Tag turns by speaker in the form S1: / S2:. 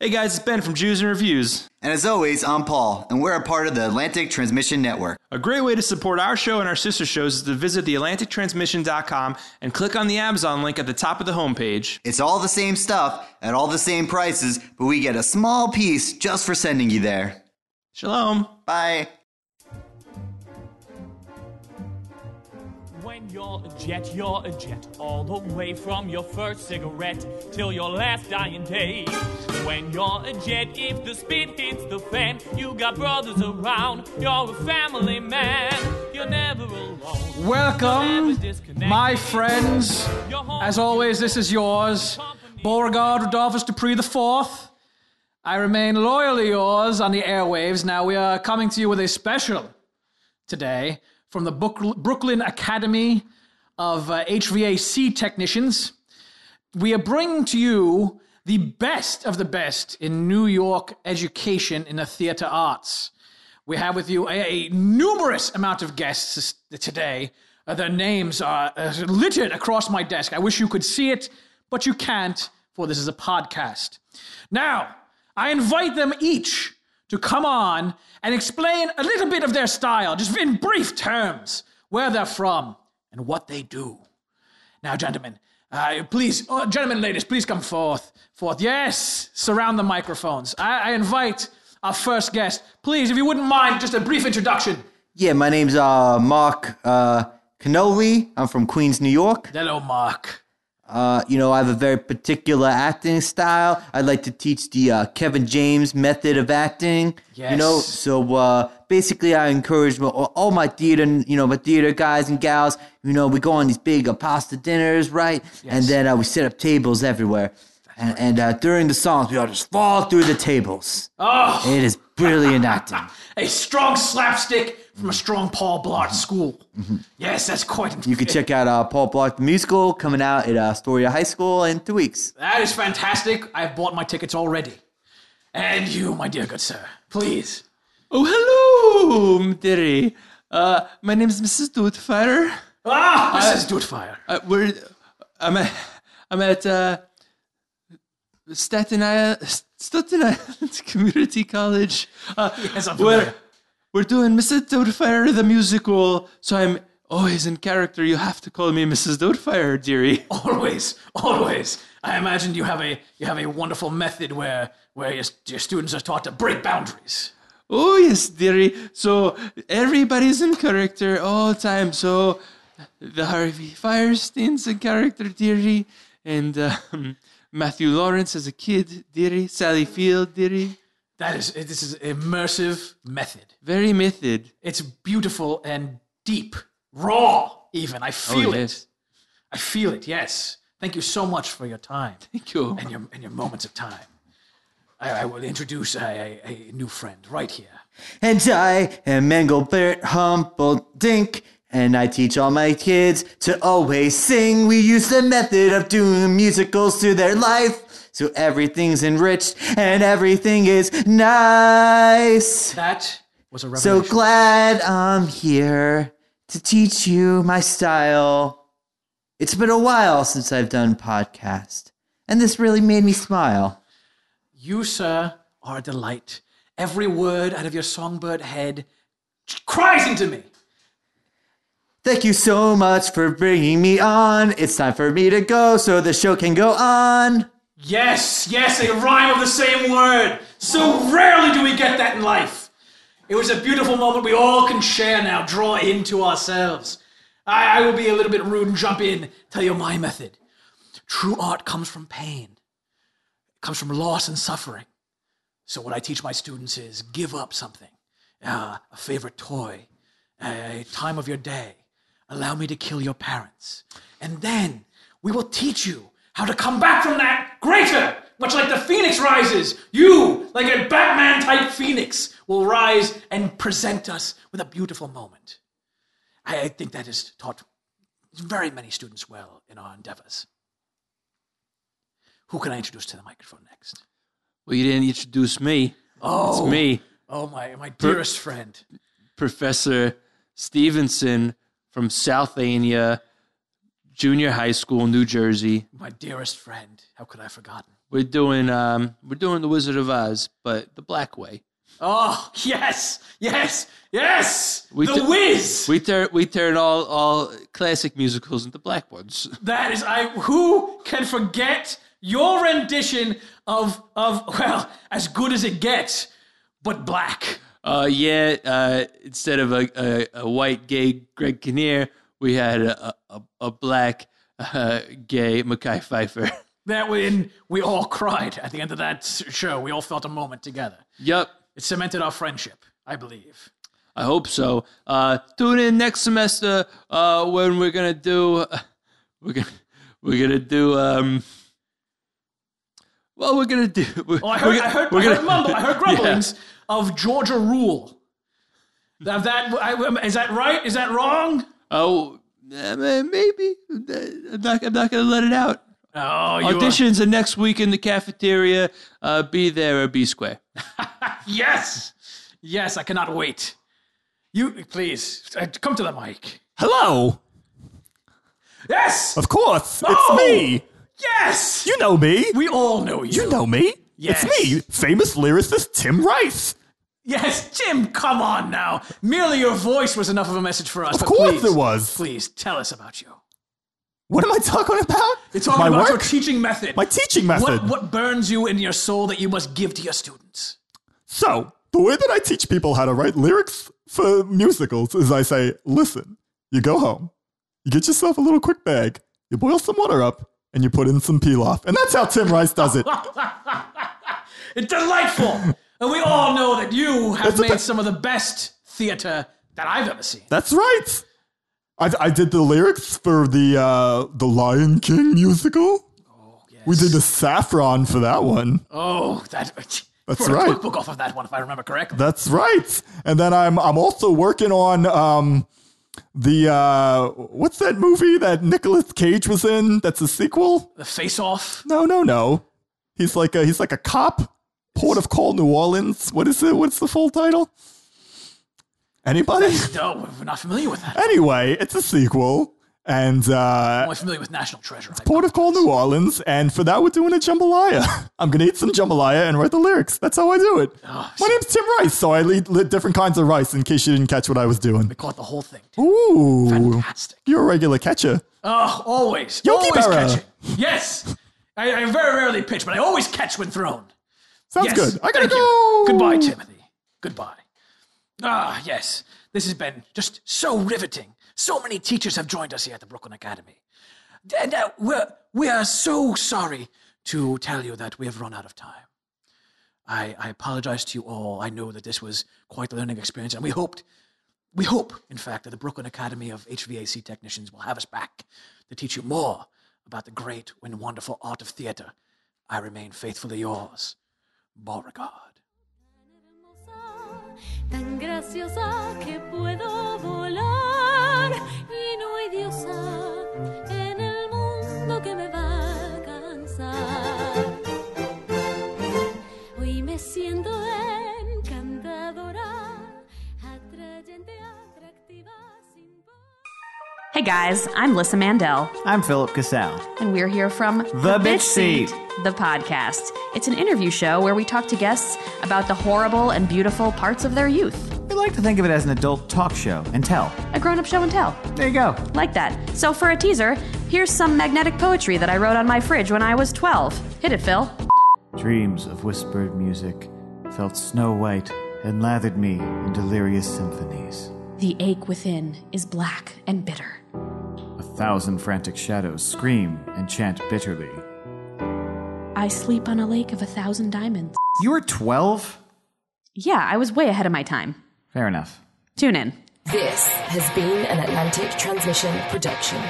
S1: Hey guys, it's Ben from Jews and Reviews.
S2: And as always, I'm Paul, and we're a part of the Atlantic Transmission Network.
S1: A great way to support our show and our sister shows is to visit theatlantictransmission.com and click on the Amazon link at the top of the homepage.
S2: It's all the same stuff at all the same prices, but we get a small piece just for sending you there.
S1: Shalom.
S2: Bye.
S3: When you're a jet, you're a jet, all the way from your first cigarette till your last dying day. When you're a jet, if the spit hits the fan, you got brothers around, you're a family man, you're never alone.
S4: Welcome, my friends.
S3: You're home.
S4: As always, this is yours, Beauregard Rodolphus Dupree IV. I remain loyally yours on the airwaves. Now, we are coming to you with a special today from the Book- Brooklyn Academy of uh, HVAC Technicians. We are bringing to you the best of the best in New York education in the theater arts. We have with you a, a numerous amount of guests this- today. Uh, their names are uh, littered across my desk. I wish you could see it, but you can't, for this is a podcast. Now, I invite them each to come on and explain a little bit of their style, just in brief terms, where they're from and what they do. Now, gentlemen, uh, please, oh, gentlemen, ladies, please come forth. Forth, yes, surround the microphones. I, I invite our first guest. Please, if you wouldn't mind, just a brief introduction.
S2: Yeah, my name's uh, Mark uh, Canoli. I'm from Queens, New York.
S4: Hello, Mark.
S2: Uh, you know, I have a very particular acting style. I like to teach the uh, Kevin James method of acting. You know,
S4: Yes.
S2: so uh, basically, I encourage my, all all my theater, you know, my theater guys and gals. You know, we go on these big uh, pasta dinners, right? And then uh, we set up tables everywhere. And, and uh, during the songs, we all just fall through the tables.
S4: Oh.
S2: It is brilliant acting.
S4: A strong slapstick from a strong Paul Blart school. Yes, that's quite.
S2: Mm-hmm. You can check out uh, Paul Block the Musical coming out at uh, Astoria High School in two weeks.
S4: That is fantastic. I've bought my tickets already. And you, my dear good sir, please.
S1: Oh, hello, Mdiri. Uh, my name is Mrs. Doodfire.
S4: Ah, Mrs. Doodfire.
S1: Uh, we're, I'm at, I'm at uh, Staten Island, Staten Island Community College. Uh,
S4: Yes, I'm
S1: we're,
S4: familiar.
S1: we're doing Mrs. Doubtfire the musical, so I'm always in character. You have to call me Mrs. Doubtfire, dearie.
S4: Oh. always, always. I imagine you have a you have a wonderful method where where your, your students are taught to break boundaries.
S1: Oh yes, dearie. So everybody's in character all the time. So the Harvey Firestein's in character, dearie, and um, Matthew Lawrence as a kid, dearie. Sally Field, dearie.
S4: That is this is immersive method.
S1: Very method.
S4: It's beautiful and deep, raw. Even
S1: Oh,
S4: I feel it. I feel it. Yes. Thank you so much for your time
S1: Thank you.
S4: and your and your moments of time. I, I will introduce a, a, a new friend right here.
S2: And I am Engelbert Humpledink, and I teach all my kids to always sing. We use the method of doing musicals through their life, so everything's enriched and everything is nice.
S4: That was a revelation.
S2: So glad I'm here to teach you my style. It's been a while since I've done podcast, and this really made me smile.
S4: You, sir, are a delight. Every word out of your songbird head cries into me.
S2: Thank you so much for bringing me on. It's time for me to go so the show can go on.
S4: Yes, yes, a rhyme of the same word. So rarely do we get that in life. It was a beautiful moment we all can share now, draw into ourselves. I, I will be a little bit rude and jump in, tell you my method. True art comes from pain, it comes from loss and suffering. So, what I teach my students is give up something uh, a favorite toy, a time of your day. Allow me to kill your parents. And then we will teach you how to come back from that greater, much like the phoenix rises. You, like a Batman type phoenix, will rise and present us with a beautiful moment. I, I think that has taught very many students well in our endeavors. Who can I introduce to the microphone next?
S1: Well, you didn't introduce me.
S4: Oh,
S1: It's me,
S4: Oh, my, my dearest friend.
S1: Professor Stevenson from Southania Junior High School, New Jersey.
S4: My dearest friend, how could I have forgotten?
S1: We're doing um, we're doing the Wizard of Oz, but the black way.
S4: Oh, yes, yes, yes.
S1: We
S4: the
S1: did-
S4: Whiz.
S1: We turn we turn all all classic musicals into black ones.
S4: That is, I who can forget your rendition of of well, as good as it gets, but black.
S1: Uh, yeah. Uh, instead of a, a, a white gay Greg Kinnear, we had a a- a, a black uh, gay Mackay Pfeiffer.
S4: That when we all cried at the end of that s- show, we all felt a moment together.
S1: yup.
S4: It cemented our friendship, I believe.
S1: I hope so. Uh, tune in next semester uh, when we're gonna do we're gonna we're gonna do um. Well, we're gonna do. We're,
S4: Oh, I heard,
S1: we're gonna-
S4: I heard,
S1: we're
S4: I heard,
S1: gonna-
S4: mumble, I heard
S1: Yeah.
S4: grumblings of Georgia Rule. Of that, I, is that right? Is that wrong?
S1: Oh, eh, man, maybe I'm not. I'm not gonna let it out.
S4: Oh, you are-
S1: Auditions are next week in the cafeteria. Uh, be there or be square.
S4: yes, yes, I cannot wait. You please uh, come to the mic.
S5: Hello.
S4: Yes,
S5: Of course.
S4: Oh!
S5: It's me.
S4: yes.
S5: You know me.
S4: we all know you.
S5: You know me.
S4: Yes.
S5: It's me, famous lyricist Tim Rice.
S4: Yes, Jim. Come on now. Merely your voice was enough of a message for us.
S5: Of
S4: but
S5: course
S4: please,
S5: it was.
S4: Please tell us about you.
S5: What am I talking about?
S4: It's all
S5: my
S4: about your
S5: work.
S4: teaching method.
S5: my teaching method.
S4: What, what burns you in your soul that you must give to your students?
S5: So, the way that I teach people how to write lyrics for musicals is I say, listen, you go home, you get yourself a little quick bag, you boil some water up, and you put in some pilaf. And that's how Tim Rice does it.
S4: It's delightful. and we all know that you have
S5: It's a
S4: made
S5: pe-
S4: some of the best theater that I've ever seen.
S5: That's right. I, I did the lyrics for the uh, the Lion King musical. We did the saffron for that one.
S4: Oh, that.
S5: That's
S4: wrote a
S5: right.
S4: cookbook off of that one, if I remember correctly.
S5: That's right. And then I'm I'm also working on um the uh what's that movie that Nicolas Cage was in? That's a sequel.
S4: the face off.
S5: No, no, no. He's like a he's like a cop. Port of Call, New Orleans. What is it? What's the full title? Anybody?
S4: No, we're not familiar with that.
S5: anyway, it's a sequel, and uh,
S4: Only familiar with National Treasure. I-
S5: Port of Call, New Orleans. And for that, we're doing a jambalaya. I'm gonna eat some jambalaya and write the lyrics. That's how I do it.
S4: Oh,
S5: My name's Tim Rice, so I lead, lead different kinds of rice. In case you didn't catch what I was doing.
S4: We caught the whole thing.
S5: Ooh,
S4: Fantastic.
S5: you're a regular catcher.
S4: Oh, always.
S5: Yogi
S4: always
S5: Berra.
S4: catching. Yes. I, I very rarely pitch, but I always catch when thrown.
S5: Sounds
S4: Yes.
S5: good. I gotta
S4: Thank
S5: go.
S4: you. Goodbye, Timothy. Goodbye. Ah, yes. This has been just so riveting. So many teachers have joined us here at the Brooklyn Academy. And uh, we're, we are so sorry to tell you that we have run out of time. I, I apologize to you all. I know that this was quite a learning experience, and we hoped, we hope, in fact, that the Brooklyn Academy of HVAC Technicians will have us back to teach you more about the great and wonderful art of theater. I remain faithfully yours, Beauregard.
S6: hermosa, tan graciosa que puedo volar y no hay diosa en el mundo que me va a cansar. Hoy me siento encantadora, atrayente, atractiva, sin par.
S7: Hey guys, I'm Lissa Mandel,
S8: I'm Philip Casale.
S7: and we're here from The,
S8: Bitch Seat.
S7: the podcast. It's an interview show where we talk to guests about the horrible and beautiful parts of their youth.
S8: We like to think of it as an adult talk show and tell.
S7: A grown up show and tell.
S8: There you go.
S7: Like that. So, for a teaser, here's some magnetic poetry that I wrote on my fridge when I was 12. Hit it, Phil.
S8: Dreams of whispered music felt snow white and lathered me in delirious symphonies.
S7: The ache within is black and bitter.
S8: A thousand frantic shadows scream and chant bitterly.
S7: I sleep on a lake of a thousand diamonds.
S8: You were 12?
S7: Yeah, I was way ahead of my time.
S8: Fair enough.
S7: Tune in.
S9: This has been an Atlantic Transmission production.